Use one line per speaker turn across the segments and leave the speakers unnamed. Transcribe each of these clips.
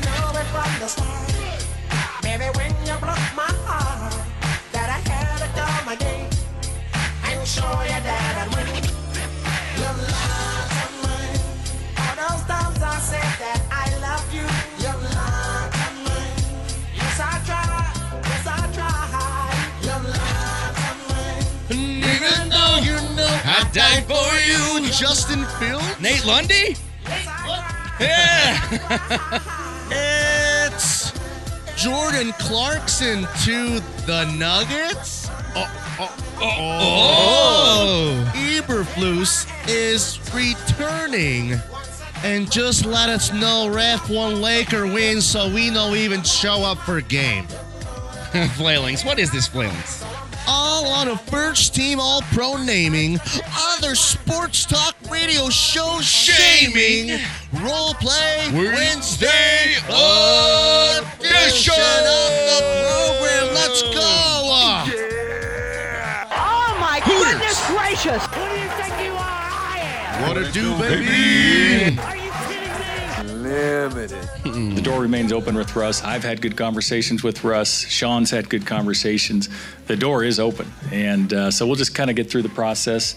from the start. Baby, when you broke my heart, that I had to come again and show you that I win. Your lies are mine. All those times I said that I love you, your lies are mine. Yes, I tried. Yes, I tried. Your lies are mine.
Even though you know I died for you.
Justin Field?
Nate Lundy?
Yes, I tried.
Yeah.
It's Jordan Clarkson to the Nuggets.
Oh.
Eberflus is returning. And just let us know ref one Laker wins so we know even show up for game.
Oh, flailings. What is this flailings?
All on a first team all pro naming, other sports talk radio show shaming, role play Wednesday edition of the program. Let's go.
Oh my
Hooters.
goodness gracious!
Who do you think you are? I am.
What a do, baby.
Are you kidding me?
The door remains open with Russ. I've had good conversations with Russ. Sean's had good conversations. The door is open, and uh, so we'll just kind of get through the process.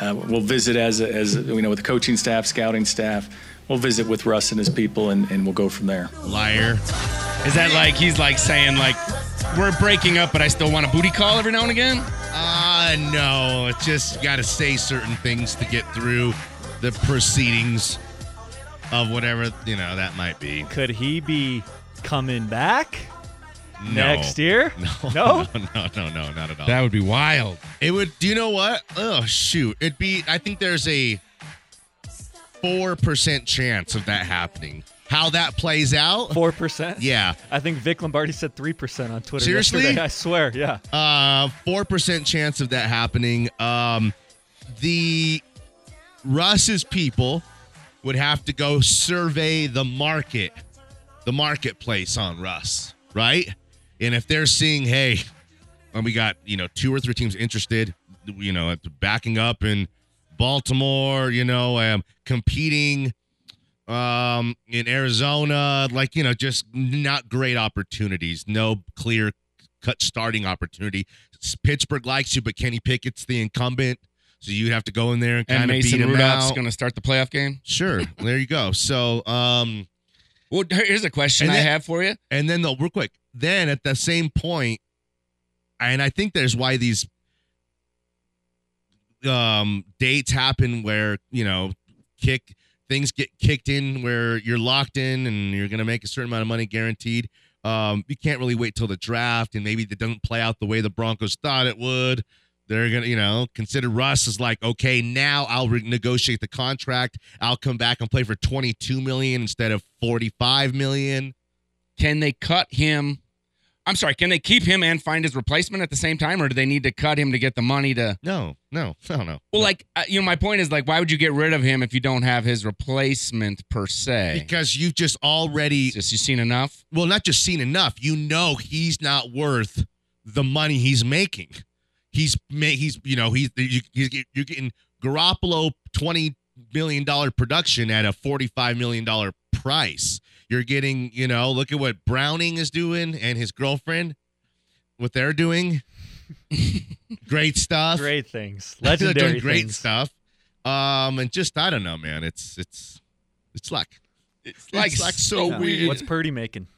Uh, we'll visit as as you know with the coaching staff, scouting staff. We'll visit with Russ and his people, and, and we'll go from there.
Liar. Is that like he's like saying like we're breaking up, but I still want a booty call every now and again?
Uh, no, it's just got to say certain things to get through the proceedings of whatever, you know, that might be.
Could he be coming back
No.
next year?
No,
No?
no, no, no, no, not at all.
That would be wild.
It would. Do you know what? Oh shoot! It'd be. I think there's a four percent chance of that happening. How that plays out?
Four percent.
Yeah,
I think Vic Lombardi said three percent on Twitter
Seriously?
yesterday. I swear. Yeah.
uh, four percent chance of that happening. Um, the Russ's people would have to go survey the market, the marketplace on Russ, right? And if they're seeing, hey, and we got you know two or three teams interested, you know, at backing up in Baltimore, you know, um, competing um in Arizona, like you know, just not great opportunities, no clear cut starting opportunity. Pittsburgh likes you, but Kenny Pickett's the incumbent, so you'd have to go in there and
And
kind of beat
Mason
him
Rudolph's
out.
going to start the playoff game.
Sure. There you go. So, um,
Well, here's a question
And
I
then-
have for you.
and then though, real quick, then at the same point, and I think there's why these um dates happen where you know kick things get kicked in where you're locked in and you're gonna make a certain amount of money guaranteed. Um, you can't really wait till the draft, and maybe it doesn't play out the way the Broncos thought it would. They're gonna, you know, consider Russ as like, okay, now I'll renegotiate the contract. I'll come back and play for twenty-two million instead of forty-five million.
Can they cut him? I'm sorry. Can they keep him and find his replacement at the same time, or do they need to cut him to get the money to?
No, no, I don't know.
Well, like uh, you know, my point is like, why would you get rid of him if you don't have his replacement per se?
Because you've just already,
Just you seen enough.
well, not just seen enough. You know he's not worth the money he's making. He's ma- he's you know he's you, he's get- you're getting Garoppolo twenty million dollar production at a forty five million dollar price. You're getting you know look at what Browning is doing and his girlfriend, what they're doing. Great stuff.
Great things.
They're
Legendary
doing great
things.
stuff. Um, and just I don't know, man. It's it's it's luck. It's
like so
Yeah.
weird.
What's Purdy making?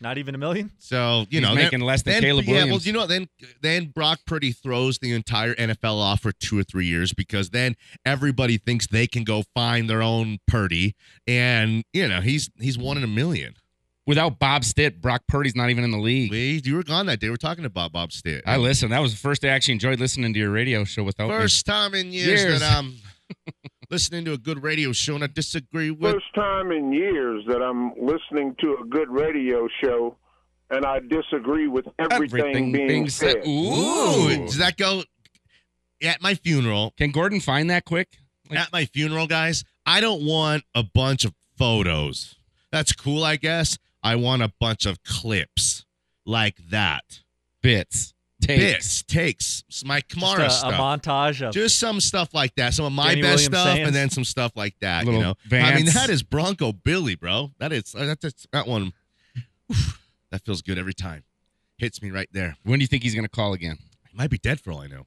Not even a million.
So you
He's
know,
making less than Caleb
yeah, well,
Williams.
you know, what? then then Brock Purdy throws the entire NFL off for two or three years because then everybody thinks they can go find their own Purdy, and you know he's he's one in a million.
Without Bob Stitt, Brock Purdy's not even in the league.
We you were gone that day. We're talking about Bob Stitt.
I listened. That was the first day I actually enjoyed listening to your radio show without me.
First time in years,
Years.
that I'm listening to a good radio show, and I disagree with.
first time in years that I'm listening to a good radio show, and I disagree with everything, being, said.
Ooh.
Ooh, does that go at my funeral?
Can Gordon find that quick? Like-
at my funeral, guys, I don't want a bunch of photos. That's cool, I guess. I want a bunch of clips like that.
Bits. Tapes.
Bits, takes, s- my Kamara
Just a, a
stuff.
montage of
just some stuff like that. Some of my
Danny
best
Williams
stuff,
sayings.
and then some stuff like that.
Little
you know, I mean
Vance.
uh, that is Bronco Billy, bro. That is that's, that's that one. Oof, that feels good every time. Hits me right there.
When do you think he's going to call again?
He might be dead for all I know.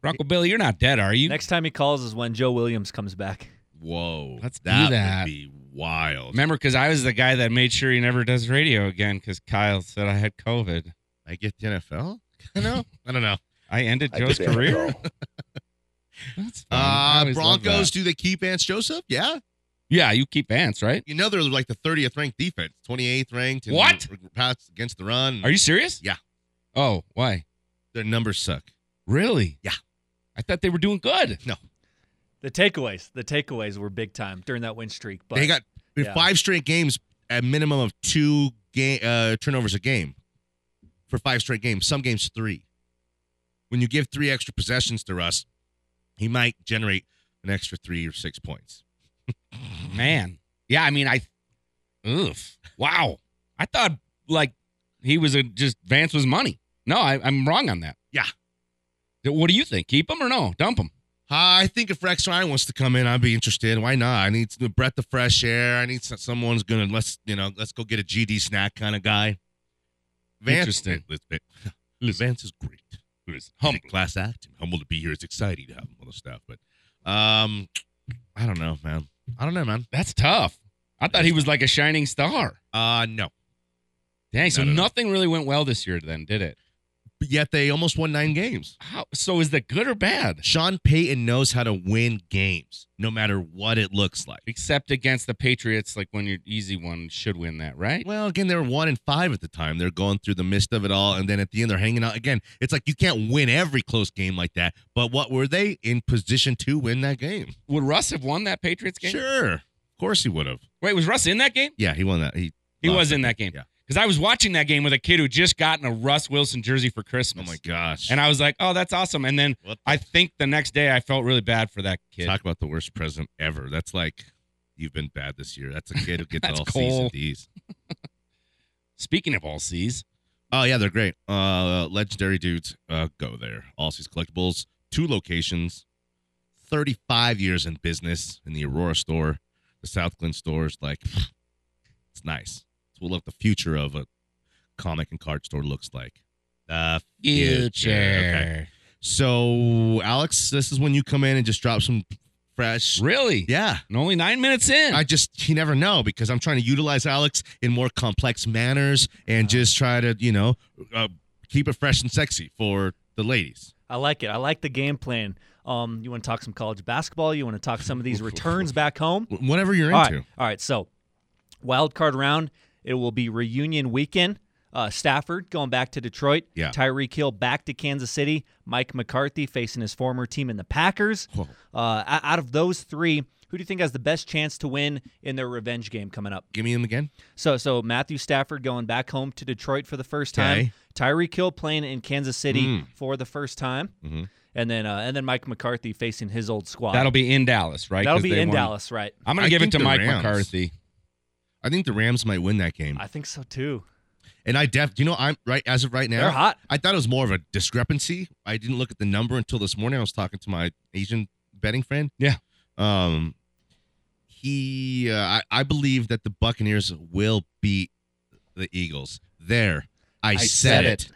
Bronco Billy, you're not dead, are you?
Next time he calls is when Joe Williams comes back.
Whoa.
Let's do
that
that.
would be wild.
Remember, because I was the guy that made sure he never does radio again because Kyle said I had COVID.
I get the NFL? I know. I don't know.
I ended
I
Joe's
did that,
career.
girl.
That's fun. I
Uh,
always love that.
Broncos, do they keep Ants Joseph? Yeah.
Yeah, you keep ants, right?
You know they're like the 30th ranked defense, 28th ranked. in
What?
Pass against the run.
Are you serious?
Yeah.
Oh, why?
Their numbers suck.
Really?
Yeah.
I thought they were doing good.
The takeaways, the takeaways were big time during that win streak. But
they got
yeah.
five straight games at minimum of two game uh, turnovers a game for five straight games. Some games three. When you give three extra possessions to Russ, he might generate an extra three or six points.
Man. Yeah, I mean, I. Oof. Wow. I thought like he was a just Vance was money. No, I, I'm wrong on that.
Yeah.
What do you think? Keep him or no? Dump him.
I think if Rex Ryan wants to come in, I'd be interested. Why not? I need a breath of fresh air. I need some- someone's gonna let's you know let's go get a GD snack kind of guy.
Interesting.
Vance is great. He was humble, class act, and humble to be here. It's exciting to have him on the staff, but um, I don't know, man. I don't know, man.
That's tough. I thought he was like a shining star.
Uh, no.
Dang. So
Not at all.
nothing really went well this year, then, did it?
But yet they almost won nine games.
How, so is that good or bad?
Sean Payton knows how to win games, no matter what it looks like.
Except against the Patriots, like when your easy one should win that, right?
Well, again, they were one and five at the time. They're going through the mist of it all, and then at the end, they're hanging out again. It's like you can't win every close game like that. But what were they in position to win that game?
Would Russ have won that Patriots game?
Sure, of course he would have.
Wait, was Russ in that game?
Yeah, he won that. He
He
lost
was in that game.
Yeah.
Because I was watching that game with a kid who just gotten a Russ Wilson jersey for
Oh
Christmas.
my gosh.
And I was like, oh, that's awesome. And then
What
I think the next day I felt really bad for that kid.
talk about the worst present ever. That's like you've been bad this year. That's a kid who gets
That's
all C's
Cole.
and D's.
Speaking of all C's,
Oh yeah, they're great. Uh, legendary dudes, uh, go there. Allseas Collectibles, two locations, thirty-five years in business in the Aurora store, the South Glen stores. Like, it's nice. It's what the future of a comic and card store looks like. Uh, The Okay. So, Alex, this is when you come in and just drop some fresh.
Really?
Yeah.
And only nine minutes in.
I just you never know because I'm trying to utilize Alex in more complex manners and just try to you know uh, keep it fresh and sexy for the ladies.
I like it. I like the game plan. Um, you want to talk some college basketball? You want to talk some of these returns back home?
Wh- Whatever you're
All
into,
right. All right. So, wild card round. It will be reunion weekend. Uh, Stafford going back to Detroit.
Yeah.
Tyreek Hill back to Kansas City. Mike McCarthy facing his former team in the Packers.
Whoa.
Uh, o- out of those three, who do you think has the best chance to win in their revenge game coming up?
give me them again.
So, so Matthew Stafford going back home to Detroit for the first time.
Okay.
Tyreek Hill playing in Kansas City
Mm.
for the first time,
Mhm.
and then uh, and then Mike McCarthy facing his old squad.
Mm-hmm. That'll be in Dallas, right?
That'll
'Cause
be
they
in
won-
Dallas, right?
I'm going
I
to give it
think
to
the
Mike
Rams.
McCarthy.
I think the Rams might win that game,
I think so too.
and I def you know I'm right as of right now.
They're hot.
I thought it was more of a discrepancy. I didn't look at the number until this morning. I was talking to my Asian betting friend.
Yeah.
Um, he, uh, I, I believe that the Buccaneers will beat the Eagles. There, I, said, it.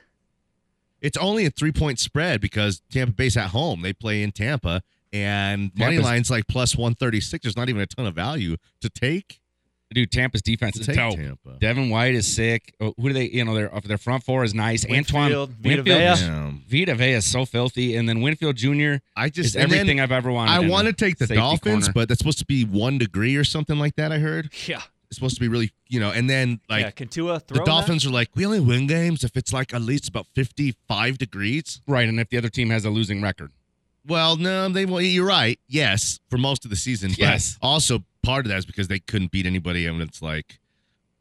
It's only a three point spread because Tampa Bay's at home. They play in Tampa, and money
Tampa's-
line's like plus one thirty six. There's not even a ton of value to take.
Dude, Tampa's defense
To
is
take
dope.
Tampa.
Devin White is sick. Oh, who do they? You know, their their front four is nice.
Winfield,
Antoine
Vita
Winfield,
Vea.
is-
Damn.
Vita Vea is so filthy, and then Winfield Jr.
I just
is
and then-
everything I've ever wanted.
I
in
want
a
to take the
safety
Dolphins,
corner.
but that's supposed to be one degree or something like that. I heard
Yeah.
it's supposed to be really, you know, and then
yeah,
like
Kentua
the
throwing that?
Dolphins are like, we only win games if it's like at least about fifty-five degrees.
right, and if the other team has a losing record,
Well, no, they will. You're right. Yes, for most of the season.
Yes.
But also, part of that is because they couldn't beat anybody, and it's like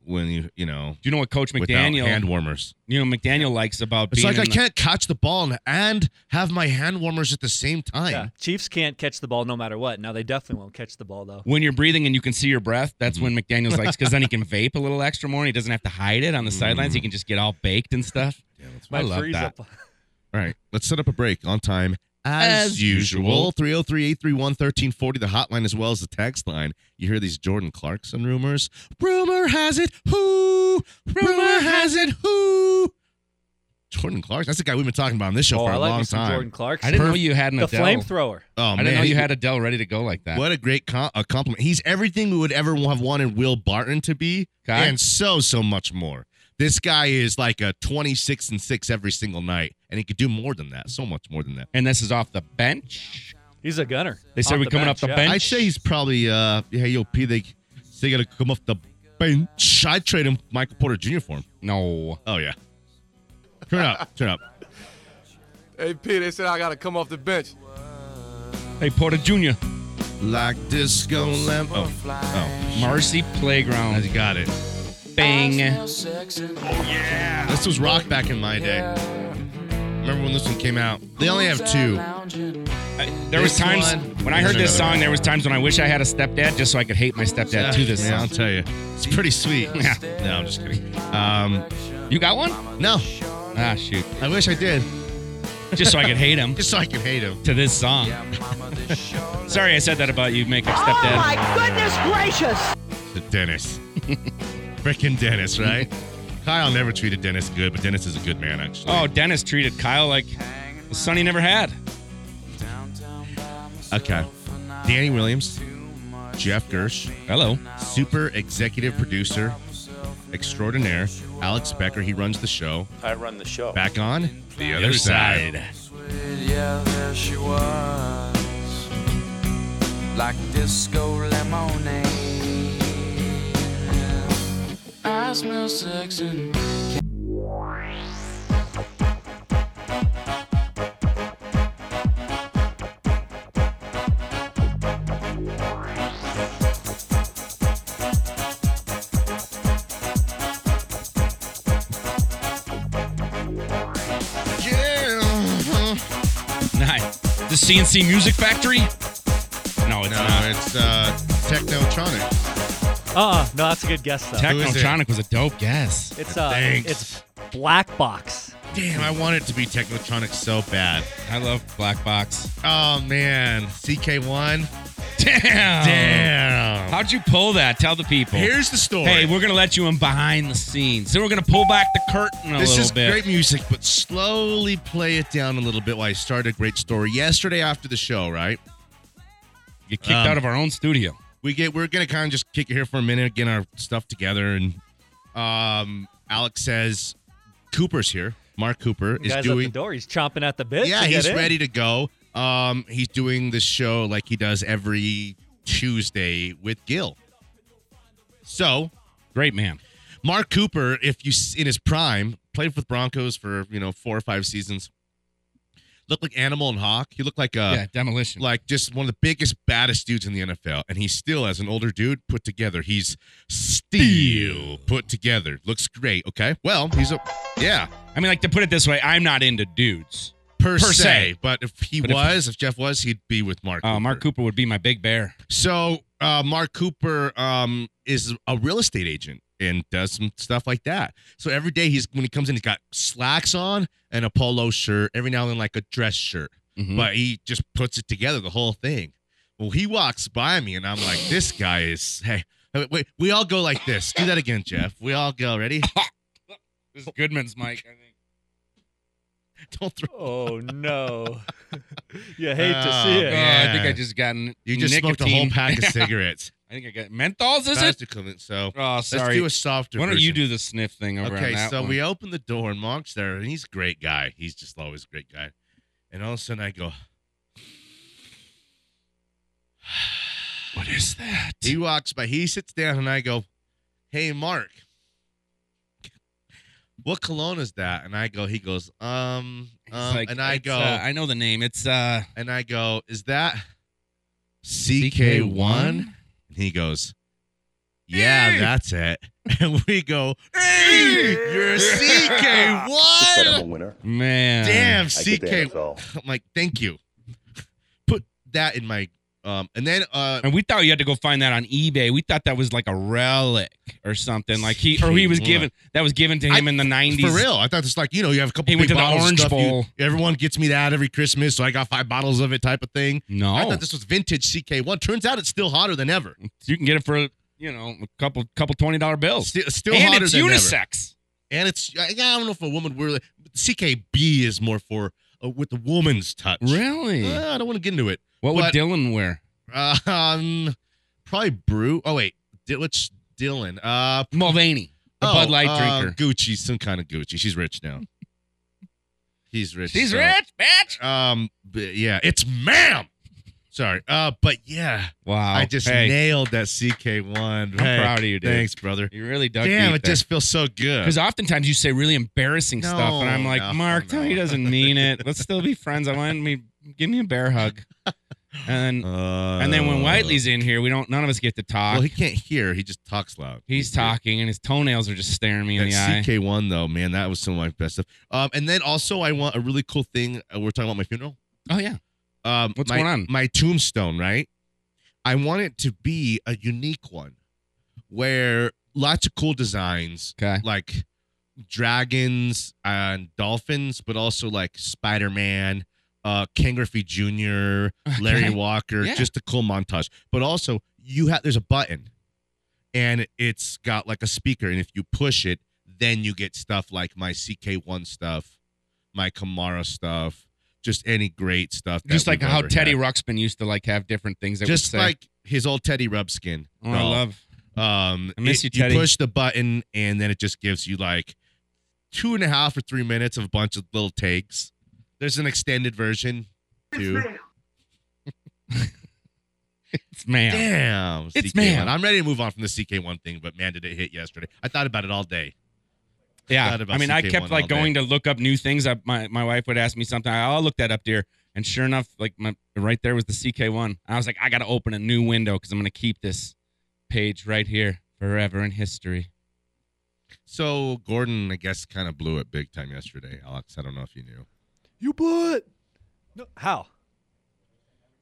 when you, you know,
do you know what Coach
without hand
McDaniel?
warmers.
You know McDaniel likes about
It's
being
like I
in the-
can't catch the ball and, and have my hand warmers at the same time.
Yeah. Chiefs can't catch the ball no matter what. Now they definitely won't catch the ball though.
when you're breathing and you can see your breath. That's when
Mm.
McDaniel's likes because then he can vape a little extra more and he doesn't have to hide it on the sidelines. He
Mm.
can just get all baked and stuff. I
Might
love
freeze
that.
up.
All right, let's set up a break on time. As,
As
usual,
usual.
303 831 1340, the hotline as well as the text line. You hear these Jordan Clarkson rumors? Rumor has it, who, Rumor has it who? Jordan Clark. That's the guy we've been talking about on this show
Oh,
for
I
a
like
long
me some
time.
Jordan Clark.
I didn't know you had an
the
Adele.
flamethrower.
Oh
I
man,
didn't know you
he-
had Adele ready to go like that.
What a great com- a compliment. He's everything we would ever have wanted Will Barton to be,
Okay.
and so so much more. This guy is like a twenty six and six every single night, and he could do more than that. So much more than that.
And this is off the bench.
He's a gunner.
They said
Off
we're coming
bench,
off the
yeah.
bench.
I'd say he's probably uh hey yo P they they gotta come off the bench. I'd trade him Michael Porter Jr. for him.
No.
Oh yeah. Turn up, turn up.
Hey, P, they said I got to come off the bench.
Hey, Porter Jr.
Like disco lamp. Oh, oh,
Mercy
I
Playground.
got it.
Bang.
This was rock back in my day. Remember when this one came out? They only have two.
There was
This
times
one.
when I heard
There's
this
another
song. There was times when I wish I had a stepdad just so I could hate my stepdad to this
Yeah, I'll
song.
tell you, it's pretty sweet.
Yeah.
No, I'm just kidding. Um,
You got one?
no,
Ah, shoot.
I wish I did,
Just so I could hate him
just so I could hate him.
to this song. Sorry, I said that about you, makeup
Oh
stepdad.
my goodness gracious!
The Dennis, freaking Dennis, right? Kyle never treated Dennis good, but Dennis is a good man, actually.
Oh, Dennis treated Kyle like a son he never had.
okay. Danny Williams, Jeff Gersh,
Hello.
super executive producer extraordinaire, Alex Becker. He runs the show. I run the show. Back on the other side.
Like disco lemonade. I smell sex and
Yeah.
Nice. The CNC Music Factory? No,
No,
it's not.
it's uh, Technotronic.
Uh-uh. No, that's a good guess though.
Who is it?
Technotronic was a dope guess.
it's uh,
Thanks.
it's Black Box.
Damn, I want it to be Technotronic so bad.
I love Black Box.
Oh man, CK1.
Damn.
Damn.
How'd you pull that? Tell the people.
Here's the story.
hey, we're gonna let you in behind the scenes. Then we're gonna pull back the curtain a
this
little
is
bit.
great music, but slowly play it down a little bit while I start a great story. Yesterday after the show, right?
Get kicked
Um,
out of our own studio.
we get we're gonna kind of just kick it here for a minute, get our stuff together, and um, Alex says Cooper's here. Mark Cooper is
Guys at
doing.
the door. He's chomping at the bit.
yeah,
to get
he's
in.
ready to go. Um, he's doing this show like he does every Tuesday with Gil. So
Great man.
Mark Cooper, if you s- in his prime, played with Broncos for you know four or five seasons. Looked like Animal and Hawk. He looked like a
yeah, demolition.
uh, like just one of the biggest, baddest dudes in the NFL, and he's still, as an older dude, put together. He's still put together. Looks great. Okay. Well, he's a yeah
I mean, like to put it this way, I'm not into dudes.
per,
Per
se,
se.
But if he
But if-
was, if, Jeff was, he'd be with Mark.
Uh, Mark Cooper would be my big bear.
So uh, Mark Cooper um, is a real estate agent and does some stuff like that. So every day he's when he comes in, he's got slacks on and a polo shirt. Every now and then, like a dress shirt.
Mhm.
but he just puts it together the whole thing. Well, he walks by me, and I'm like, this guy is. Hey, wait, wait, we all go like this. Do that again, Jeff. We all go. Ready?
this is Goodman's mic. I think.
Don't throw.
Oh no. you hate to
Oh,
see it.
Oh, I
Yeah.
think I just gotten.
You just smoked a
nicotine.
whole pack of cigarettes.
I think I got menthols. Is it?
Practically, So
Oh,
let's
sorry.
do a softer.
Why don't you
version.
do the sniff thing over on
Okay,
that
so
one?
we open the door, and Mark's there, and he's a great guy. He's just always a great guy. And all of a sudden, I go,
what is that?
He walks by. He sits down, and I go, "Hey, Mark, what cologne is that?" And I go, he goes, "Um,
He's
um,"
like,
and I
"It's,
go,
uh, I know the name. It's uh,
and I go, "Is that CK one?" And he goes, "Yeah,
Eh.
that's it." And we go, "Hey, you're CK one."
winner.
Man,
Damn,
I get the
CK.
NFL.
I'm like, thank you. Put that in my um, and then uh,
And we thought you had to go find that on eBay. We thought that was like a relic or something. Like he or he was
Jeez,
given that was given to him
I-
in the nineties.
For real, I thought it's like you know you have a couple.
He
big
went to the
bottles of
Orange
stuff, you-
Bowl.
everyone gets me that every Christmas, so I got five bottles of it, type of thing. I
No, Oh.
thought this was vintage CK one. Turns out it's still hotter than ever.
you can get it for you you know, a couple couple twenty dollar bills.
Still, still
and
hotter
it's
than ever.
unisex.
And it's I, I don't know if a woman really. CKB is more for uh, with the woman's touch.
Really?
Uh, I don't want to get into it.
what would
But-
Dylan wear?
Uh, um, probably brew. Oh wait, Di- which Dylan? Uh,
Mulvaney, the
oh,
Bud Light
uh,
drinker.
Gucci, some kind of Gucci. She's rich now. He's rich.
She's
so-
rich, bitch.
Um, but yeah, it's ma'am. Sorry. Uh, but yeah,
Wow.
I just
Oh, Hey,
nailed that CK one.
I'm proud of you, dude.
Thanks, brother.
You really dug
Damn, it just feels so good.
because oftentimes you say really embarrassing stuff, and I'm
No,
like,
no,
Mark, tell me he
no.
doesn't mean it. Let's still be friends. I want me give me a bear hug, and
Uh,
and then when Whiteley's in here, we don't none of us get to talk.
well, he can't hear. He just talks loud.
He's talking, and his toenails are just staring me in
That
the
CK
eye.
one though, man, that was some of my best stuff. Um, and then also I want a really cool thing. Uh, we're talking about my funeral.
Oh yeah,
Um,
What's
my,
going on?
My tombstone, right? I want it to be a unique one, where lots of cool designs,
okay.
like dragons and dolphins, but also like Spider Man, uh, Ken Griffey Jr., Larry
Okay.
Walker,
Yeah.
just a cool montage. But also, you have there's a button, and it's got like a speaker, and if you push it, then you get stuff like my CK1 stuff, my Kamara stuff, just any great stuff. that
Just like
we've
how
ever
Teddy
had.
Ruxpin used to like have different things that
just
would say,
like his old Teddy Rubskin.
oh, I
doll.
love.
Um,
I miss
it-
you, Teddy.
push the button, and then it just gives you like two and a half or three minutes of a bunch of little takes. There's an extended version too.
It's man.
Damn,
It's
CK1.
man.
I'm ready to move on from the CK1 thing, but man, did it hit yesterday. I thought about it all day.
Yeah,
Thought about
I mean, I
CK1
kept like
all day.
going to look up new things. I, my my wife would ask me something. I'll look that up, dear. And sure enough, like my right there was the CK one. I was like, I got to open a new window because I'm gonna keep this page right here forever in history.
So Gordon, I guess, kind of blew it big time yesterday. Alex, I don't know if you knew.
You put. No, how?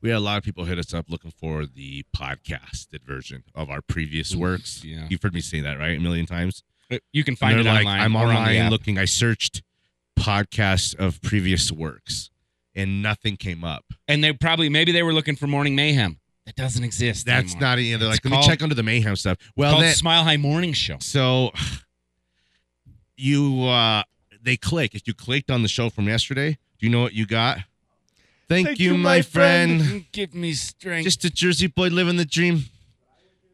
We had a lot of people hit us up looking for the podcasted version of our previous works.
yeah.
You've heard me say that right a million times.
But Uh, You can
And
find it
they're like,
online.
I'm
or on the
online
app.
looking. I searched podcasts of previous works, and nothing came up.
and they probably maybe they were looking for Morning Mayhem. That doesn't exist.
That's
anymore.
not any. They're
It's
like, let
called-
me check under the mayhem stuff. Well,
called
then,
Smile High Morning Show.
So you uh they click. If you clicked on the show from yesterday, do you know what you got? Thank, you, my, friend.
Give me strength.
Just a Jersey boy living the dream.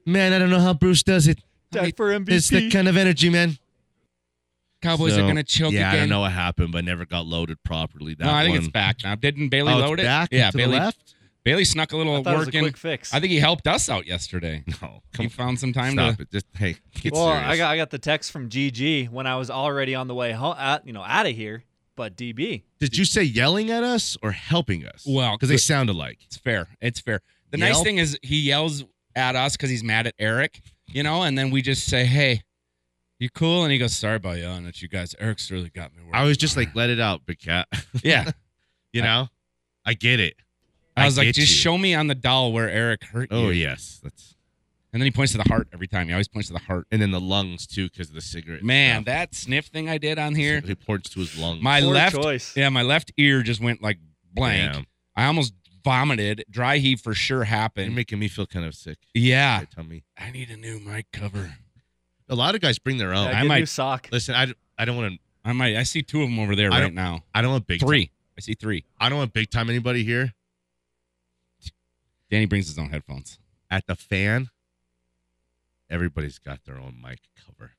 Man, I don't know how Bruce does it.
Time for MVP.
It's that kind of energy, man.
Cowboys
So,
are gonna choke
yeah,
again.
I don't know what happened, but never got loaded properly. That
no, I think
one.
it's back now. Didn't Bailey
Oh, it's
load it?
back
yeah,
to the
Bailey.
left?
Bailey snuck a
I
little
thought it was
work
a
in.
quick fix.
I think he helped us out yesterday.
No,
He
Oh, come
found some
on,
time
stop
to.
it. Just hey, get
well,
serious.
I got I got the text from GG when I was already on the way home, out, you know, out of here. But DB,
Did you say yelling at us or helping us?
Well,
because they sound alike.
It's fair. It's fair. The nice
Yelp.
thing is he yells at us because he's mad at Eric, you know, and then we just say, "Hey, you cool?" And he goes, "Sorry about yelling at you guys. Eric's really got me." where
I was
I'm
just
at."
like, let it out, big cat.
"Yeah."
you know, I get it.
I was like,
get
"Just
you.
show me on the doll where Eric hurt you."
Oh yes, that's
And then he points to the heart every time. He always points to the heart.
and then the lungs too because of the cigarette.
Man,
stuff.
that sniff thing I did on here,
he pours to his lungs.
my
poor
left,
choice.
yeah, my left ear just went like blank.
Damn.
I almost vomited. Dry heave for sure
You're
happened.
making me feel kind of sick.
yeah,
My tummy.
I need a new mic cover.
A lot of guys bring their own.
yeah,
I
get a new
might-
sock.
Listen, I, I don't want to.
I might. I see two of them over there
I
right
don't-
now.
I don't want big.
Three. I see three.
I don't want big time anybody here
Danny brings his own headphones.
at the fan. Everybody's got their own mic cover.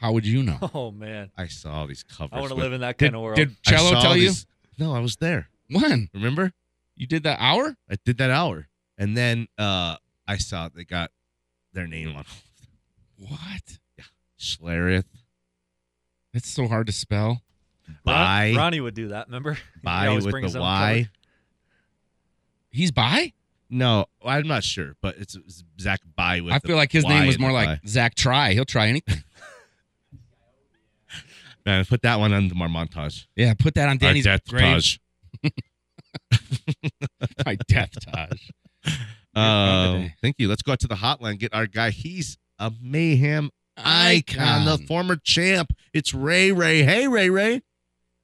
How would you know?
Oh man,
I saw all these covers.
I want to
with-
live in that
Did,
kind of world.
did
I
Cello
saw
tell
these- No, I was there.
you when
Remember?
you did that hour?
I did that hour, and then uh, I saw they got their name on
What?
Schlereth.
That's so hard to spell.
Ron-
By
Ronnie would do that. Remember? He
by
always
with
brings
the
his own
Y.
cover.
He's bi.
No, I'm not sure, but it's it's Zach By with.
I
the
feel like his
Y
name was
in
more
the
like
by.
Zach. Try. He'll try anything.
Man, put that one on our montage.
Yeah. Put that on
Our
Danny's
death
grave.
montage.
My death Taj.
Uh,
today.
thank you. Let's go out to the hotline. Get our guy. He's a mayhem icon, the former champ. It's Ray Ray. Hey Ray Ray.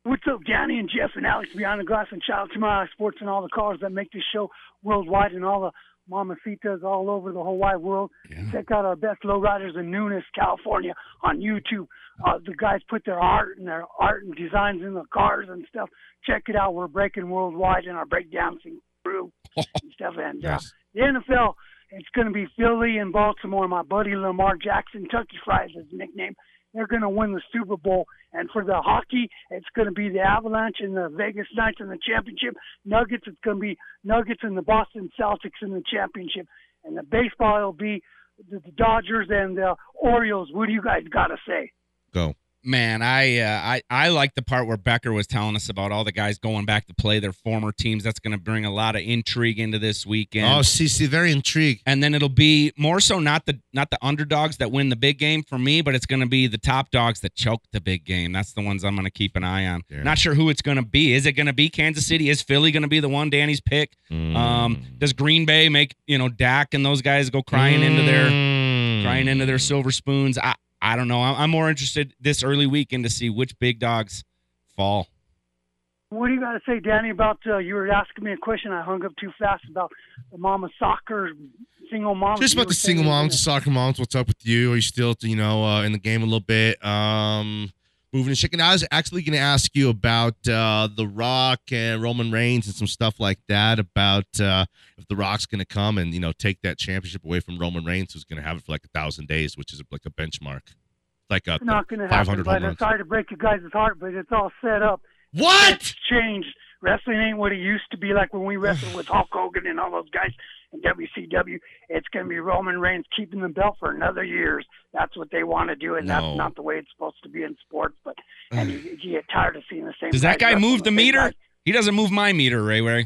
What's up, Johnny and Jeff and Alex behind the glass and Child Tomorrow Sports and all the callers that make this show worldwide and all the mamacitas all over the whole wide world.
Yeah.
Check out our best lowriders in Nunes, California, on YouTube. Uh, the guys put their art and their art and designs in the cars and stuff. Check it out. We're breaking worldwide in our breakdancing crew and stuff. And uh,
Nice.
the NFL, it's going to be Philly and Baltimore. My buddy Lamar Jackson, Tucky Fries is his nickname. They're going to win the Super Bowl. And for the hockey, it's going to be the Avalanche and the Vegas Knights in the championship. Nuggets, it's going to be Nuggets and the Boston Celtics in the championship. And the baseball will be the, the Dodgers and the Orioles. What do you guys got to say?
Go.
Man, I uh, I I like the part where Becker was telling us about all the guys going back to play their former teams. That's going to bring a lot of intrigue into this weekend.
Oh, CC, very intrigued.
and then it'll be more so not the not the underdogs that win the big game for me, but it's going to be the top dogs that choke the big game. That's the ones I'm going to keep an eye on.
Yeah.
Not sure who it's going to be. Is it going to be Kansas City? Is Philly going to be the one Danny's pick? Um,
Hmm.
does Green Bay make you know Dak and those guys go crying into their
Hmm.
crying into their silver spoons? I I don't know. I'm, I'm more interested this early weekend to see which big dogs fall.
What do you got to say, Danny, about uh, you were asking me a question? I hung up too fast about the mama soccer, single moms.
Just
You
about
were
the single
saying-
moms, the soccer moms. What's up with you? Are you still, you know, uh, in the game a little bit? Um, moving and shaking. I was actually going to ask you about uh, The Rock and Roman Reigns and some stuff like that. About uh, if The Rock's going to come and you know take that championship away from Roman Reigns, who's going to have it for like a thousand days, which is like a benchmark, like a
It's not going to
five
happen,
hundred
but
home
I'm
runs.
sorry to break you guys' heart, but it's all set up.
What?
It's changed. Wrestling ain't what it used to be like when we wrestled with Hulk Hogan and all those guys in WCW. It's going to be Roman Reigns keeping the belt for another years. That's what they want to do, and
No.
that's not the way it's supposed to be in sports. But and you, you get tired of seeing the same.
Does that
guys
guy
wrestle
move the
same
meter?
guys.
He doesn't move my meter, Ray Ray.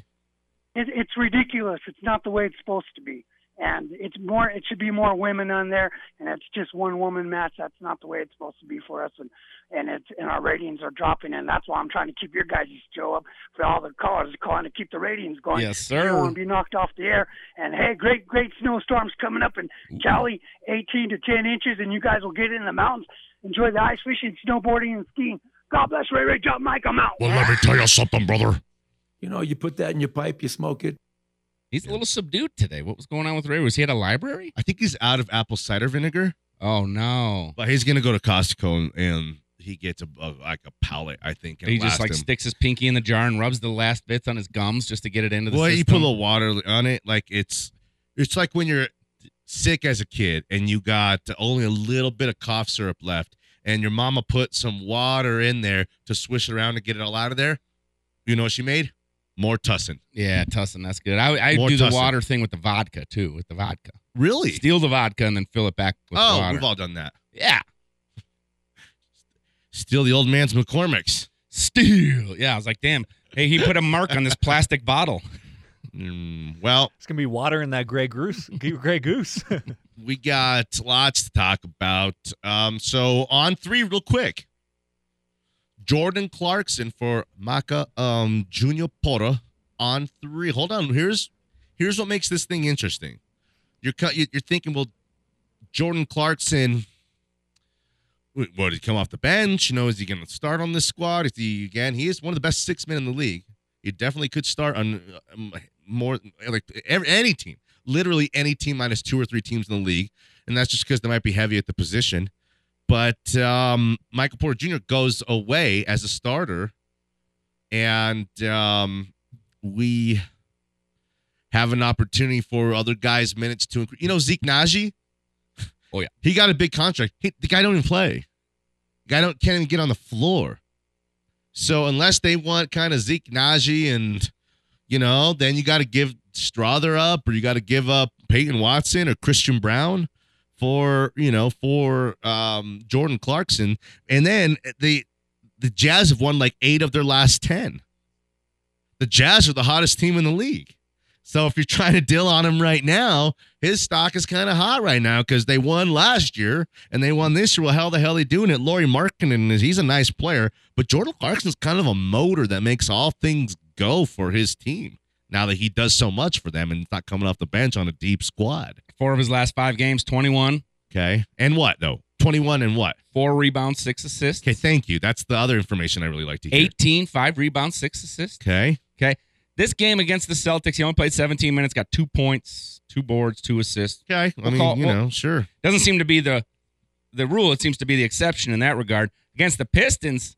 it, it's ridiculous. It's not the way it's supposed to be. And it's more. It should be more women on there, and it's just one woman match. That's not the way it's supposed to be for us, and and it's and our ratings are dropping, and that's why I'm trying to keep your guys' show up for all the callers calling to keep the ratings going.
Yes,
You don't want
sir.
to be knocked off the air. And hey, great, great snowstorms coming up in Cali, 18 to 10 inches, and you guys will get in the mountains, enjoy the ice fishing, snowboarding, and skiing. God bless Ray Ray, John Mike, I'm out.
let me tell you something, brother.
You know, you put that in your pipe, you smoke it.
He's a little subdued today. What was going on with Ray? Was he at a library?
I think he's out of apple cider vinegar.
Oh no.
But he's gonna go to Costco and, and he gets a, a like a pallet, I think. And
He just
last
like
him.
sticks his pinky in the jar and rubs the last bits on his gums just to get it into the
Well, you
system.
put a little water on it, like it's it's like when you're sick as a kid and you got only a little bit of cough syrup left, and your mama put some water in there to swish it around to get it all out of there. You know what she made? More tussin.
yeah, Tussin, that's good. I, I
More
do the
Tussin.
water thing with the vodka too, with the vodka.
Really?
Steal the vodka and then fill it back with
oh,
water.
we've all done that.
yeah,
Steal the old man's McCormick's.
steal. Yeah, I was like, damn. Hey, he put a mark on this plastic bottle.
Mm, well,
It's gonna be water in that gray goose. Gray goose.
we got lots to talk about. Um, so on three, real quick. Jordan Clarkson for Maka um Junior Pora on three. Hold on. Here's here's what makes this thing interesting. You're cut. You're thinking, well, Jordan Clarkson. wh- What did he come off the bench? You know, is he going to start on this squad? Is he again? He is one of the best six men in the league. He definitely could start on uh, um, more like every, any team, literally any team minus two or three teams in the league, and that's just because they might be heavy at the position. But um, Michael Porter Jr. goes away as a starter, and um, we have an opportunity for other guys' minutes to increase. You know, Zeke Najee.
Oh, yeah.
he got a big contract. He, the guy don't even play. Guy don't can't even get on the floor. So unless they want kind of Zeke Najee and you know, then you got to give Strother up or you got to give up Peyton Watson or Christian Brown for, you know, for um Jordan Clarkson. And then the the Jazz have won like 8 of their last 10. The Jazz are the hottest team in the league. So if you're trying to deal on him right now, his stock is kind of hot right now because they won last year and they won this year. Well, how the hell are they doing it? Laurie Markkinen is he's a nice player, but Jordan Clarkson's kind of a motor that makes all things go for his team. Now that he does so much for them and it's not coming off the bench on a deep squad.
Four of his last five games, 21,
Okay. And what though? Twenty one and what?
four rebounds, six assists.
Okay, thank you. That's the other information I really like to hear.
18, five rebounds, six assists.
Okay.
This game against the Celtics, he only played 17 minutes, got two points, two boards, two assists.
Okay, I
We'll
mean,
call-
you
we'll-
know, sure.
doesn't seem to be the the rule. It seems to be the exception in that regard. Against the Pistons,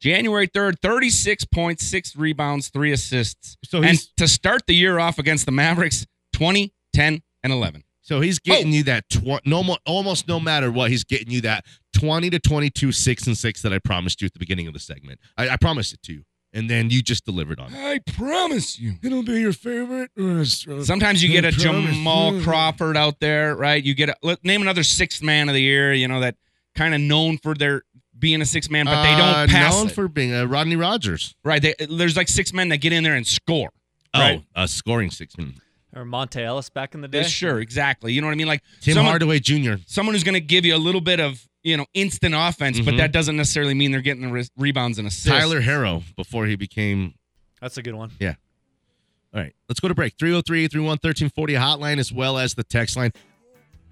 January third, thirty six points, six rebounds, three assists.
So
and
he's-
to start the year off against the Mavericks, 20, 10, and eleven.
So he's getting you that tw- no mo- almost no matter what, he's getting you that twenty to twenty two six and six that I promised you at the beginning of the segment. I, I promised it to you, and then you just delivered on it.
I promise you.
It'll be your favorite restaurant.
Sometimes you get a Jamal
Mm-hmm.
Crawford out there, right? You get a let, name another sixth man of the year. You know that kind of known for their being a sixth man, but they don't pass
Uh, known
it.
for being uh, Rodney Rogers.
right? They, there's like six men that get in there and score.
Oh,
Right?
uh, scoring six. Hmm.
Or Monte Ellis back in the
Yeah,
day.
Sure, exactly. You know what I mean? Like
Tim
someone-
Hardaway Jr.
someone who's going to give you a little bit of you know instant offense, but
Mhm.
that doesn't necessarily mean they're getting the re- rebounds and assists.
Tyler Harrow before he became.
That's a good one.
Yeah. All right, let's go to break. 303 331 1340 hotline as well as the text line.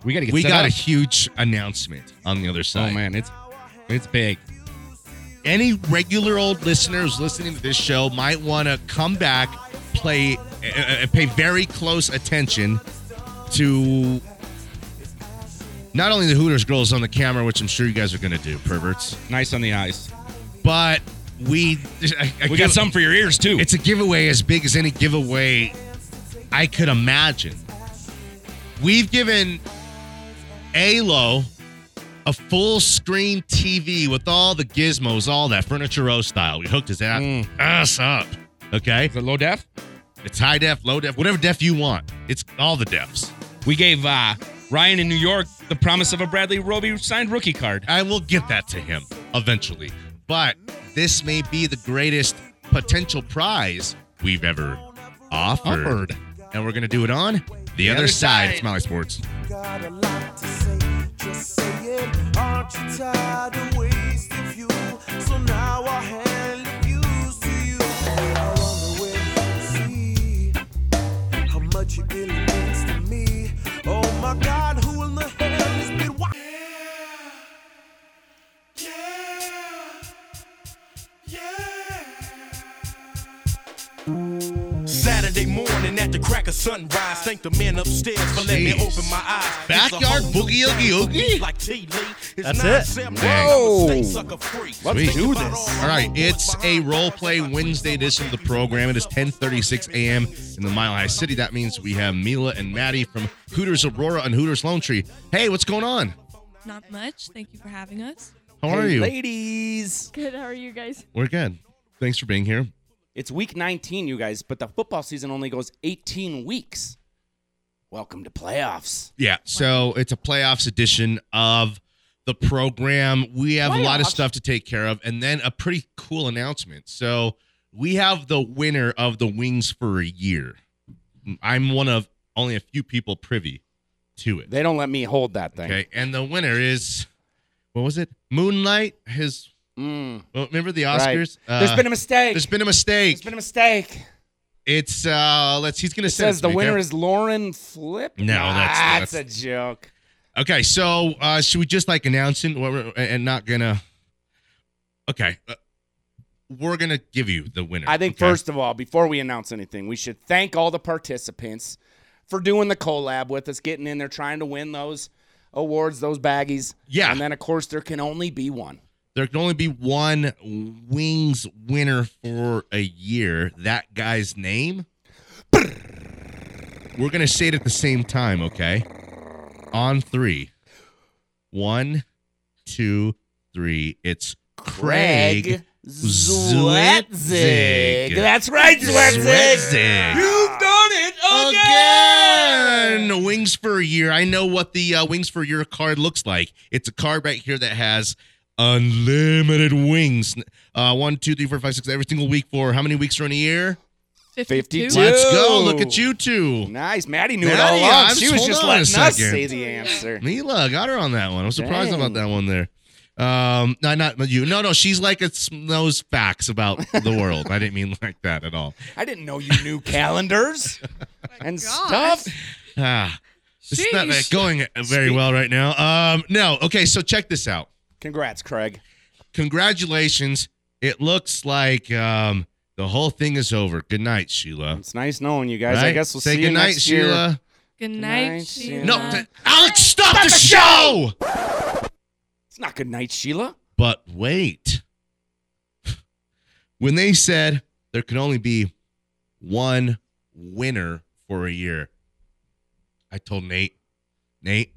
we got to get.
We
set
got
up.
a huge announcement on the other
Oh
side.
man, it's it's big.
Any regular old listeners listening to this show might want to come back, play, uh, uh, pay very close attention to not only the Hooters girls on the camera, which I'm sure you guys are going to do, perverts,
Nice on the eyes.
but we I- I
We
give-
got some for your ears too.
It's a giveaway as big as any giveaway I could imagine. We've given ALO a full screen TV with all the gizmos, all that furniture row style. We hooked his ass,
Mm.
ass up. Okay.
Is it low def?
It's high def, low def, whatever def you want. It's all the defs.
We gave uh, Ryan in New York the promise of a Bradley Roby signed rookie card.
I will get that to him eventually. But this may be the greatest potential prize we've ever offered.
Offered.
And we're going to do it on the, other,
other
side.
side.
It's Molly Sports.
Got a lot to say, just say it. Aren't you tired of wasting fuel? So now I'll hand the fuse to you. I wanna wait and see how much it really means to me. Oh my God, who in the hell has been watching? Saturday morning at the crack of sunrise, thank the men upstairs for letting me
Jeez.
open my eyes.
Backyard boogie oogie oogie?
Like T. Lee.
That's
it.
Dang.
Let's
do
this.
All right, it's a role play Wednesday edition of the program. It is 10:36 a.m. in the Mile High City. That means we have Mila and Maddie from Hooters Aurora and Hooters Lone Tree. Hey, what's going on?
Not much. Thank you for having us.
How are you?
Ladies.
Good. How are you guys?
We're good. Thanks for being here.
It's week 19, you guys, but the football season only goes 18 weeks. Welcome to playoffs.
Yeah. So it's a playoffs edition of the program. We have a lot of
Playoffs?
stuff to take care of, and then a pretty cool announcement. So we have the winner of the Wings for a year. I'm one of only a few people privy to it.
They don't let me hold that thing.
Okay. And the winner is what was it? Moonlight. His
Mm,
well, remember the
right.
Oscars?
there's been a mistake.
Uh, There's been a mistake.
There's been a mistake.
it's uh. Let's. He's gonna
It
send
says
it
the
to me,
winner
okay?
is Lauren Flip.
No, that's-
that's a joke.
Okay, so uh, should we just like announce it What we're- and not gonna? Okay, uh, we're gonna give you the winner.
I think
okay?
first of all, before we announce anything, we should thank all the participants for doing the collab with us, getting in there, trying to win those awards, those baggies.
Yeah.
And then of course there can only be one.
there can only be one Wings winner for a year. That guy's name. We're gonna say it at the same time, okay? On three. One, two, three. It's Craig,
Zwetzig.
Zwetzig.
That's right, Zwetzig.
Zwetzig.
You've done it Oh, again.
again. Wings for a year. I know what the uh, Wings for a Year card looks like. It's a card right here that has unlimited wings. Uh, one, two, three, four, five, six. Every single week for how many weeks are in a year?
52.
Let's go. Look at you two.
Nice. Maddie knew it
Maddie,
all along.
I'm
She
just-
was
hold
just
on a
letting us
second.
say the answer.
Mila got her on that one. I'm surprised
Dang.
about that one there. Um, no, not you. No, no. She's like it's knows facts about the world. I didn't mean like that at all.
I didn't know you knew calendars and
gosh.
stuff.
Ah, it's not
Sheesh.
going very well right now. Um, no. Okay, so check this out.
Congrats, Craig.
congratulations. It looks like um, The whole thing is over. Good night, Sheila. It's
nice knowing you guys. I guess we'll
Say
see you
good night,
next year.
Sheila.
Good
night,
night,
Sheila.
Sheila.
No, th- Alex, stop, the, show!
It's not good night, Sheila.
But wait. When they said there can only be one winner for a year, I told Nate, Nate,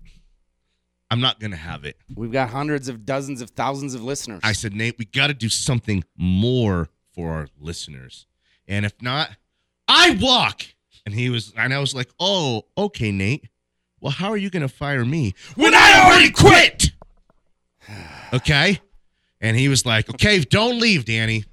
I'm not going to have it.
We've got hundreds of dozens of thousands of listeners.
I said, Nate, we got to do something more for our listeners. And if not, I walk. And he was, and I was like, oh, okay, Nate. Well, how are you going to fire me when I already quit? Okay. And he was like, okay, don't leave, Danny.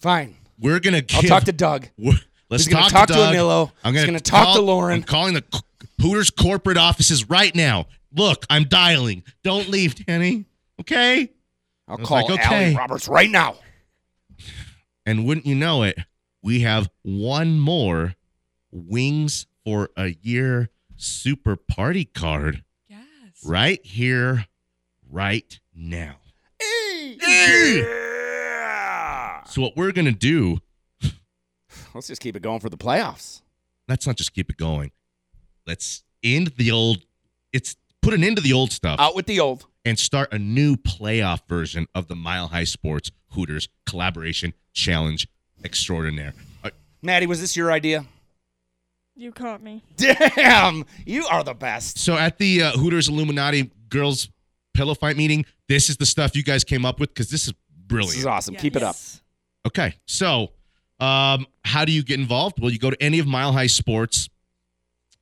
Fine.
We're going to
I'll talk to Doug.
Let's
He's gonna
talk,
talk
to
to
Doug.
Emilio.
I'm
He's
gonna,
gonna talk
call-
to Lauren.
I'm calling the co- Hooters corporate offices right now. Look, I'm dialing. Don't leave, Danny. Okay.
I'll
I was
call
like,
Allie
okay.
Roberts right now.
And wouldn't you know it, we have one more Wings for a Year Super Party card. Yes. Right here, right now. So, what we're going to do,
Let's just keep it going for the playoffs.
let's not just keep it going. Let's end the old, it's put an end to the old stuff
Out with the old.
and start a new playoff version of the Mile High Sports Hooters Collaboration Challenge Extraordinaire. Uh,
Maddie, was this your idea?
You caught me.
Damn, you are the best.
So at the uh, Hooters Illuminati girls pillow fight meeting, this is the stuff you guys came up with because this is brilliant.
This is awesome. Keep it up.
Okay, so um, how do you get involved? Well, you go to any of Mile High Sports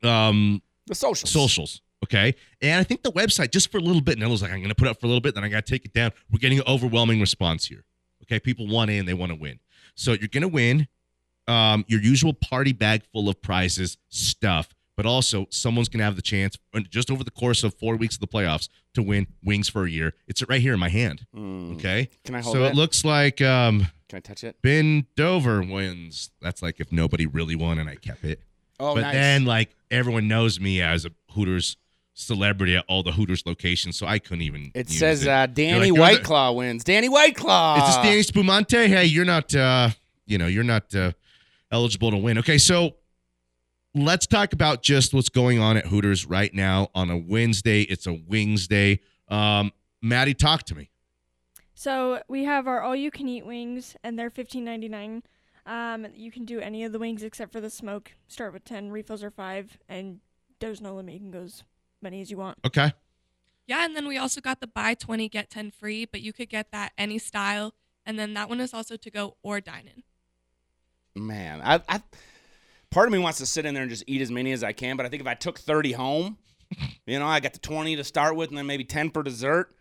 um,
The socials.
socials. Okay. And I think the website, just for a little bit, and I was like, I'm going to put it up for a little bit, then I got to take it down. We're getting an overwhelming response here. Okay. People want in, they want to win. So you're going to win um, your usual party bag full of prizes, stuff, but also someone's going to have the chance, uh, just over the course of four weeks of the playoffs, to win wings for a year. It's right here in my hand. Okay.
Hmm. Can I hold
So
it?
it looks like um,
Can I touch it?
Ben Dover wins. That's like if nobody really won and I kept it.
Oh,
but
nice.
then like everyone knows me as a Hooters celebrity at all the Hooters locations, so I couldn't even.
It
use
says
They're
uh, Danny
like, "You're the-
Whiteclaw wins. Danny Whiteclaw.
Is this Danny Spumante? Hey, you're not. uh You know, you're not uh eligible to win. Okay, so let's talk about just what's going on at Hooters right now on a Wednesday. It's a Wings Day. Um, Maddie, talk to me.
So we have our all-you-can-eat wings, and they're fifteen ninety-nine. Um, you can do any of the wings except for the smoke. Start with ten, refills are five, and there's no limit. You can go as many as you want.
Okay.
Yeah, and then we also got the buy 20, get 10 free, but you could get that any style. And then that one is also to go or dine in.
Man, I, I part of me wants to sit in there and just eat as many as I can, but I think if I took 30 home, you know, I got the 20 to start with and then maybe 10 for dessert.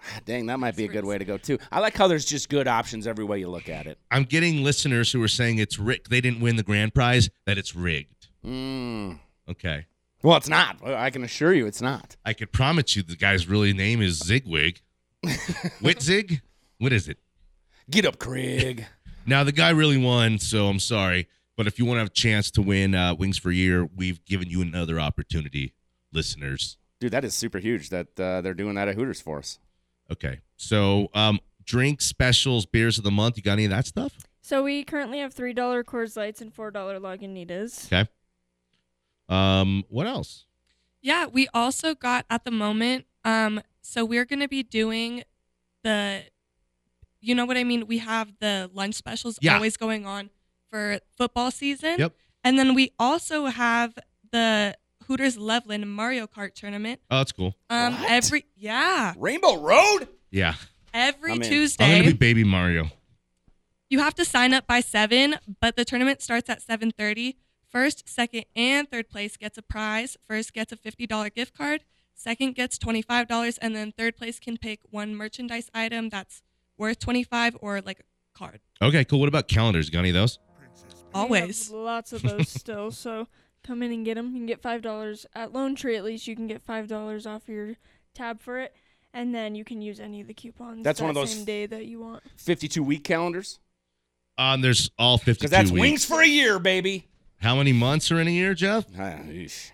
ah, Dang, that might be a good way to go too. I like how there's just good options every way you look at it.
I'm getting listeners who are saying it's rigged. They didn't win the grand prize. That it's rigged.
Mm.
Okay.
Well, it's not. I can assure you it's not.
I could promise you the guy's really name is Zigwig. Witzig? What is it?
Get up, Craig.
Now the guy really won, so I'm sorry. But if you want to have a chance to win uh, Wings for a Year, we've given you another opportunity, listeners.
Dude, that is super huge that uh, they're doing that at Hooters for us.
Okay. So um drink specials, beers of the month. You got any of that stuff?
So we currently have $3 Coors Lights and $4 Lagunitas.
Okay. Um, what else?
Yeah, we also got at the moment. Um, so we're gonna be doing the, you know what I mean. We have the lunch specials
Yeah.
always going on for football season.
Yep.
And then we also have the Hooters Loveland Mario Kart tournament.
Oh, that's cool.
Um, every yeah,
Rainbow Road.
Yeah.
Every
I'm
Tuesday,
gonna be baby Mario.
you have to sign up by seven, but the tournament starts at seven thirty. First, second, and third place gets a prize. First gets a fifty dollar gift card. Second gets twenty five dollars, and then third place can pick one merchandise item that's worth twenty five or like a card.
Okay, cool. What about calendars? You got any of those?
Always.
We have lots of those still. So come in and get them. You can get $5 at Lone Tree, at least. You can get $5 off your tab for it. And then you can use any of the coupons
That's
that
one of those
same day that you want.
52 week calendars.
Um, there's all 52
Because that's
weeks.
Wings for a Year, baby.
How many months are in a year, Jeff?
Ah, eesh.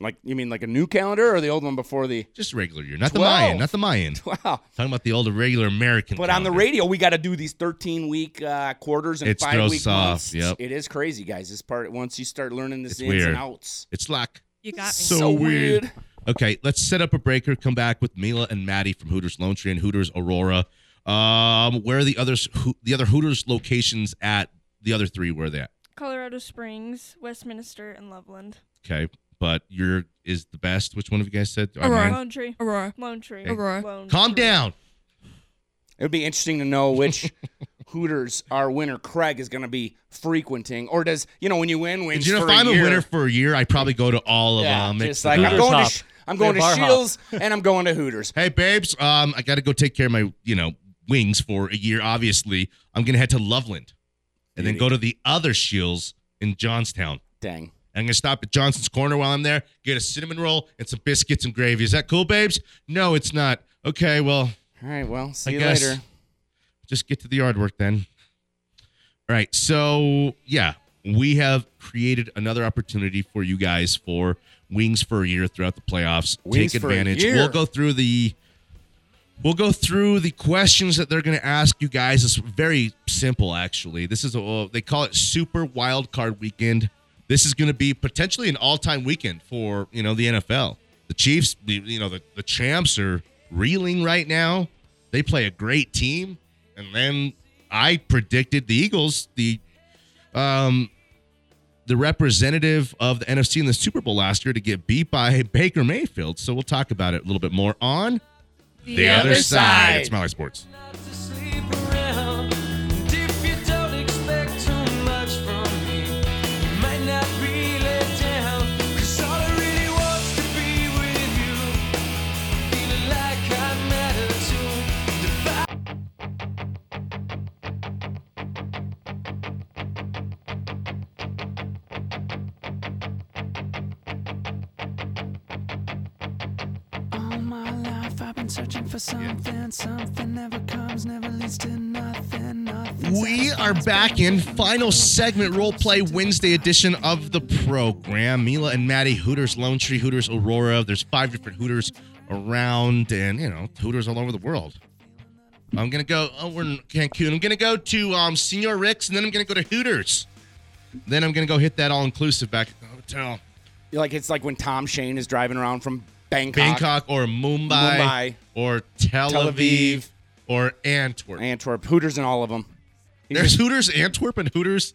Like you mean like a new calendar or the old one before the
just regular year, not the
12.
Mayan, not the Mayan.
Wow.
Talking about the old regular American.
But on the radio, we got to do these 13 week uh, quarters and
It
five
throws
week
off,
months.
yep.
It is crazy, guys. This part once you start learning this
It's
ins
weird.
and outs.
It's like
You got me.
so, weird. Okay, let's set up a breaker. Come back with Mila and Maddie from Hooters Lone Tree and Hooters Aurora. Um, where are the others? Who, the other Hooters locations at the other three? Where are they at?
Colorado Springs, Westminster, and Loveland.
Okay, but your is the best. Which one of you guys said? Am I-
Lone Tree.
Aurora.
Lone Tree.
Okay. Aurora.
Lone
Calm
Tree.
down.
It would be interesting to know which Hooters our winner Craig is going to be frequenting, or does you know when you win wins
Did you know
for
if I'm
a
a
year.
winner for a year, I probably go to all of
Yeah,
them.
just like I'm
Hooters
going
hop.
to, Sh- I'm going to
Bar hop.
Shields and I'm going to Hooters.
Hey babes, um, I got to go take care of my you know wings for a year. Obviously, I'm gonna head to Loveland, and then go to the other Shields in Johnstown.
Dang.
I'm gonna stop at Johnson's Corner while I'm there, get a cinnamon roll and some biscuits and gravy. Is that cool, babes? No, it's not. Okay, well,
All right, well, see
I
you
guess
later.
just get to the yard work then. All right, so yeah, we have created another opportunity for you guys for wings for a year throughout the playoffs.
Wings
Take
for a
advantage.
year.
We'll go through the we'll go through the questions that they're going to ask you guys. It's very simple, actually. This is a, they call it Super Wild Card Weekend. This is going to be potentially an all-time weekend for you know the NFL. The Chiefs, the- you know the, the champs are reeling right now. They play a great team, and then I predicted the Eagles, the um, the representative of the NFC in the Super Bowl last year, to get beat by Baker Mayfield. So we'll talk about it a little bit more on
The
other,
Other
side.
Side.
It's Mallory Sports.
All my life I've been searching for something, something never comes, never leads to nothing, nothing.
We are back in final segment role play Wednesday edition of the program. Mila and Maddie, Hooters Lone Tree, Hooters Aurora. There's five different Hooters around, and you know Hooters all over the world. I'm gonna go. Oh, we're in Cancun. I'm gonna go to um, Senor Rick's, and then I'm gonna go to Hooters. Then I'm gonna go hit that all inclusive back at the hotel,
You're like it's like when Tom Shane is driving around from Bangkok,
Bangkok or Mumbai,
Mumbai.
or Tel,
Tel
Aviv,
Aviv.
or Antwerp.
Antwerp, Hooters, and all of them.
There's Hooters Antwerp and Hooters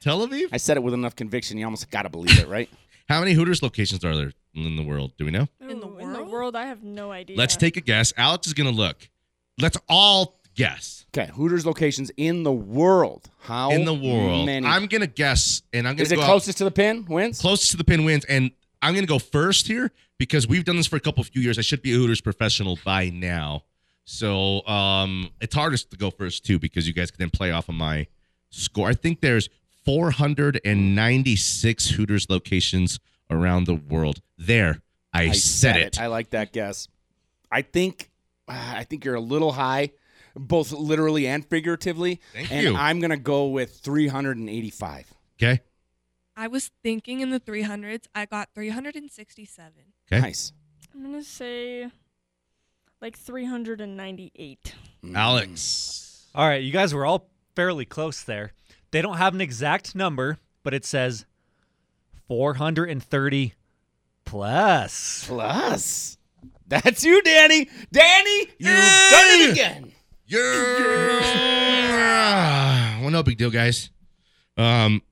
Tel Aviv.
I said it with enough conviction. You almost got to believe it, right?
How many Hooters locations are there in the world? Do we know?
In the world? In the world, I have no idea.
Let's take a guess. Alex is going to look. Let's all guess.
Okay, Hooters locations in the world. How
in the world.
Oh, Many?
I'm going to guess, and I'm going
Is
to
it
go out-
closest to the pin wins?
closest to the pin wins, and I'm going to go first here because we've done this for a couple few years. I should be a Hooters professional by now, so um, it's hardest to go first too because you guys can then play off of my score. I think there's 496 Hooters locations around the world. There, I, said, it.
I like that guess. I think ah, I think you're a little high, both literally and figuratively.
Thank
and
you.
I'm gonna go with 385.
Okay.
I was thinking in the 300s. I got 367.
Okay.
Nice.
I'm gonna say like 398.
Mm. Alex.
All right, you guys were all fairly close there. They don't have an exact number, but it says 430 plus.
Plus. That's you, Danny. Danny, you've done it again.
Yeah. well, no big deal, guys. Um,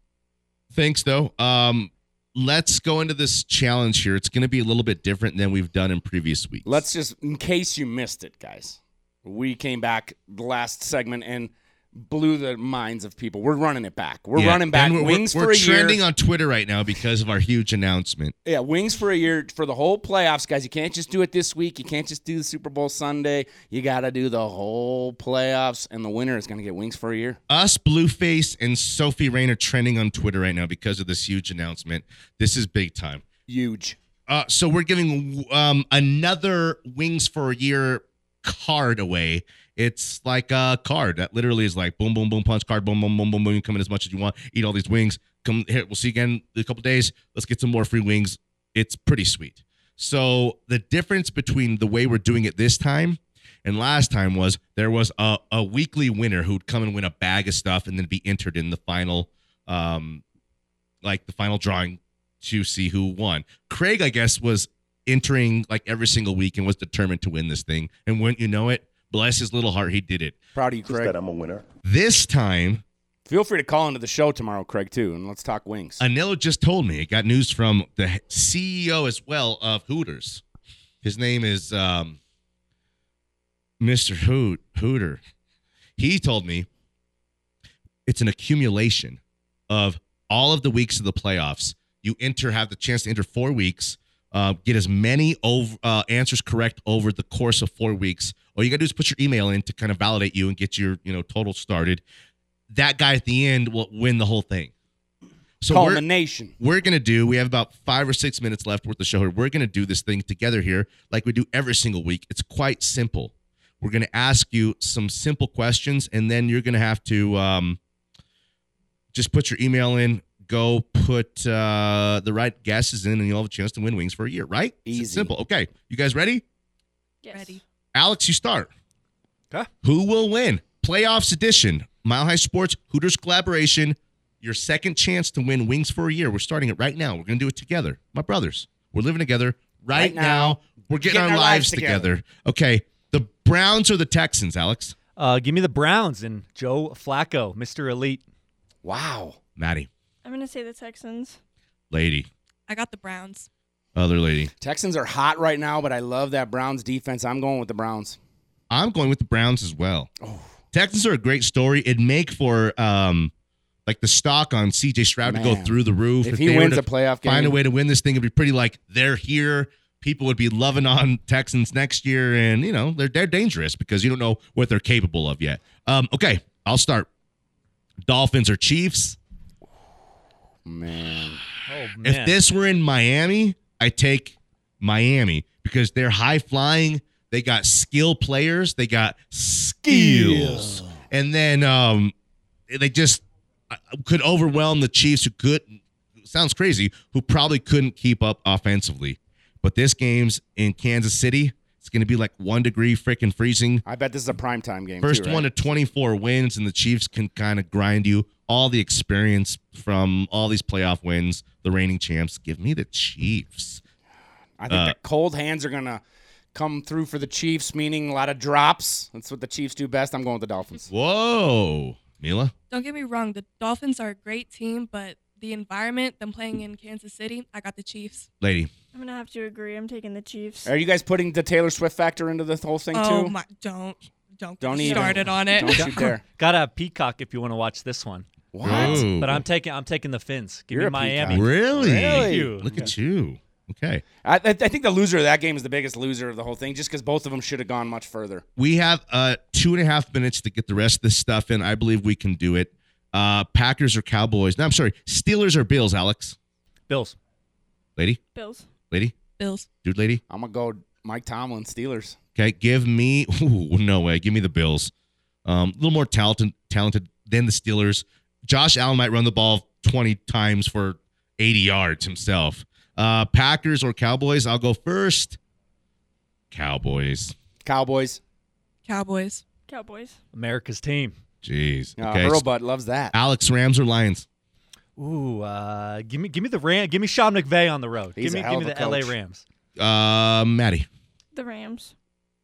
thanks though. Um, let's go into this challenge here. It's going to be a little bit different than we've done in previous weeks.
Let's just, in case you missed it, guys, we came back the last segment and blew the minds of people. We're running it back. We're
Yeah,
running back
and we're,
wings
we're,
for
we're
a year.
trending on Twitter right now because of our huge announcement.
Yeah, wings for a year for the whole playoffs, guys. You can't just do it this week. You can't just do the Super Bowl Sunday. You got to do the whole playoffs, and the winner is going to get wings for a year.
Us, Blueface, and Sophie Rain are trending on Twitter right now because of this huge announcement. This is big time.
Huge.
Uh, so we're giving um, another Wings for a Year card away. It's like a card that literally is like boom, boom, boom, punch card, boom, boom, boom, boom, boom. You come in as much as you want, eat all these wings. Come here, we'll see you again in a couple days. Let's get some more free wings. it's pretty sweet. So the difference between the way we're doing it this time and last time was there was a, a weekly winner who'd come and win a bag of stuff and then be entered in the final um like the final drawing to see who won. Craig, I guess, was entering like every single week and was determined to win this thing. And wouldn't you know it, bless his little heart, he did it.
Proud of you, Craig.
I'm a winner. This time,
Feel free to call into the show tomorrow, Craig, too, and let's talk wings.
Anello just told me it got news from the CEO as well of Hooters. His name is um, Mr. Hoot Hooter. He told me it's an accumulation of all of the weeks of the playoffs. You enter, have the chance to enter four weeks, uh, get as many over, uh, answers correct over the course of four weeks. All you got to do is put your email in to kind of validate you and get your you know total started. That guy at the end will win the whole thing. So we're-
Culmination.
we're gonna do. We have about five or six minutes left worth of show here. We're gonna do this thing together here, like we do every single week. It's quite simple. We're gonna ask you some simple questions, and then you're gonna have to um, just put your email in. Go put uh, the right guesses in, and you'll have a chance to win wings for a year. Right? Easy. simple. Okay. You guys ready?
Ready.
Alex, you start. Who will win? Playoffs edition. Mile High Sports Hooters collaboration. Your second chance to win wings for a year. We're starting it right now. We're going to do it together. My brothers. We're living together right,
Right now.
now. We're getting, our, lives together.
together.
Okay. The Browns or the Texans, Alex?
Uh, give me the Browns and Joe Flacco, Mr. Elite.
Wow.
Maddie,
I'm gonna say the Texans.
lady,
I got the Browns.
other lady.
Texans are hot right now, but I love that Browns defense. I'm going with the Browns.
I'm going with the Browns as well. Texans are a great story. It'd make for um like the stock on CJ Stroud to go
Man.
through the roof.
If he
they were
wins
to
a playoff
find a
game.
way to win this thing, it'd be pretty like they're here. People would be loving on Texans next year, and you know they're they're dangerous because you don't know what they're capable of yet. Um, okay, I'll start. Dolphins or Chiefs?
Man.
Oh,
If this were in Miami, I take Miami because they're high flying. They got skill players. They got skills, and then um, they just uh, could overwhelm the Chiefs, who could sounds crazy, who probably couldn't keep up offensively. But this game's in Kansas City. It's going to be like one degree freaking freezing.
I bet this is a primetime game.
First
too, right?
one to 24 wins, and the Chiefs can kind of grind you. All the experience from all these playoff wins, the reigning champs. Give me the Chiefs.
I think
Uh,
the cold hands are gonna come through for the Chiefs, meaning a lot of drops. That's what the Chiefs do best. I'm going with the Dolphins.
Whoa, Mila.
Don't get me wrong, the Dolphins are a great team, but the environment, them playing in Kansas City, I got the Chiefs.
Lady.
I'm gonna have to agree. I'm taking the Chiefs.
Are you guys putting the Taylor Swift factor into this whole thing
oh
too?
my, don't don't get
Don't
me
even-
started on it.
don't you dare.
Got a Peacock if you want to watch this one.
What? Ooh.
But I'm taking I'm taking the Fins. Give
You're
me
a
Miami.
Peacock.
Really?
Thank you.
Look at you. Okay.
I, I, I think the loser of that game is the biggest loser of the whole thing, just because both of them should have gone much further.
We have uh two and a half minutes to get the rest of this stuff in. I believe we can do it. Uh Packers or Cowboys. No, I'm sorry. Steelers or Bills, Alex?
Bills.
Lady?
Bills.
Lady?
Bills.
Dude lady?
I'm gonna go Mike Tomlin, Steelers.
Okay. Give me ooh, no way. Give me the Bills. Um, a little more talented talented than the Steelers. Josh Allen might run the ball 20 times for 80 yards himself. Uh Packers or Cowboys? I'll go first. Cowboys.
Cowboys.
Cowboys.
Cowboys.
America's team.
Jeez.
Uh,
Okay.
Hurlbut loves that.
Alex Rams or Lions?
Ooh, uh, give me give me the Ram. Give me Sean McVay on the road.
He's
give me
a hell
give me
of
the
a
LA
coach.
Rams.
Uh, Maddie,
The Rams.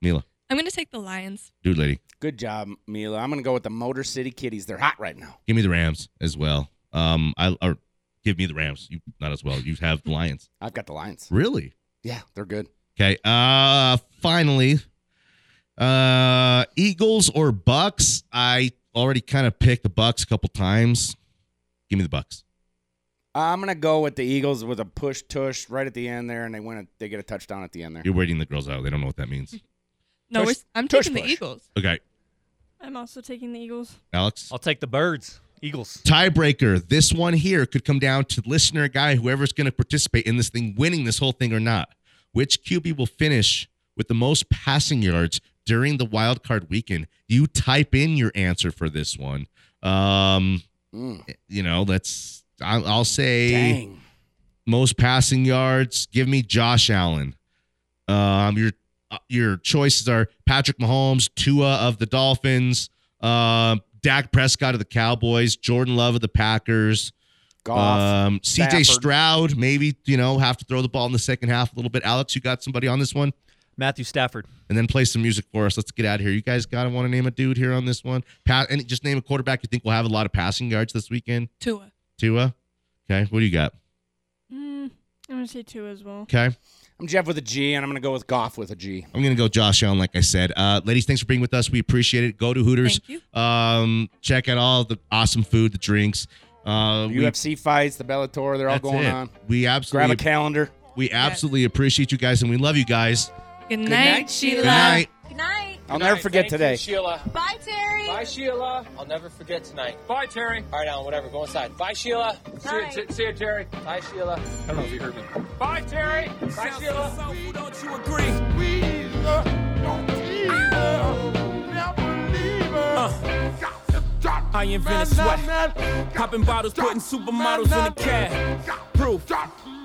Mila,
I'm gonna take the Lions.
dude, lady,
Good job, Mila. I'm gonna go with the Motor City Kitties. They're hot right now.
give me the Rams as well. Um, I or give me the Rams. You not as well. You have the Lions.
I've got the Lions.
Really?
Yeah, they're good.
Okay. Uh, finally, uh, Eagles or Bucks? I already kind of picked the Bucks a couple times. Give me the Bucks.
I'm gonna go with the Eagles with a push tush right at the end there, and they win. A, they get a touchdown at the end there.
You're waiting the girls out. They don't know what that means.
No,
Tush-
we're, I'm
tush
taking the
push.
Eagles.
Okay,
I'm also taking the Eagles.
Alex.
I'll take the Birds. Eagles.
Tiebreaker. This one here could come down to listener guy, whoever's going to participate in this thing, winning this whole thing or not. Which QB will finish with the most passing yards during the wild card weekend? You type in your answer for this one. Um,
Mm.
you know, that's I'll, I'll say
Dang.
most passing yards. Give me Josh Allen. Um, your uh, your choices are Patrick Mahomes, Tua of the Dolphins, uh, Dak Prescott of the Cowboys, Jordan Love of the Packers.
Goff,
um, CJ
Stafford.
Stroud, maybe, you know, have to throw the ball in the second half a little bit. Alex, you got somebody on this one?
Matthew Stafford.
And then play some music for us. Let's get out of here. You guys got to want to name a dude here on this one. Pat, and just name a quarterback you think will have a lot of passing yards this weekend.
Tua.
Tua. Okay. What do you got?
Mm, I'm gonna say two as well.
Okay.
I'm Jeff with a G, and I'm going to go with Goff with a G.
I'm gonna go Josh Allen, like I said. Uh, ladies, thanks for being with us. We appreciate it. Go to Hooters.
Thank
Um, check out all the awesome food, the drinks. Uh, we-
UFC fights, the Bellator, they're all
that's
going
it.
on.
We absolutely
Grab a calendar.
We absolutely appreciate you guys, and we love you guys.
Good night,
night,
Sheila.
Good night.
Good night.
I'll never forget today.
Sheila.
Bye, Terry.
Bye, Sheila. I'll never forget tonight. Bye, Terry. All right, Alan, whatever. Go inside. Bye, Sheila. See
Bye.
you, see you, Terry. Bye, Sheila. I don't know if you heard me. Bye, Terry. Bye, Sheila. don't you agree?
I invented sweat. Popping bottles, putting supermodels in the cab. Proof.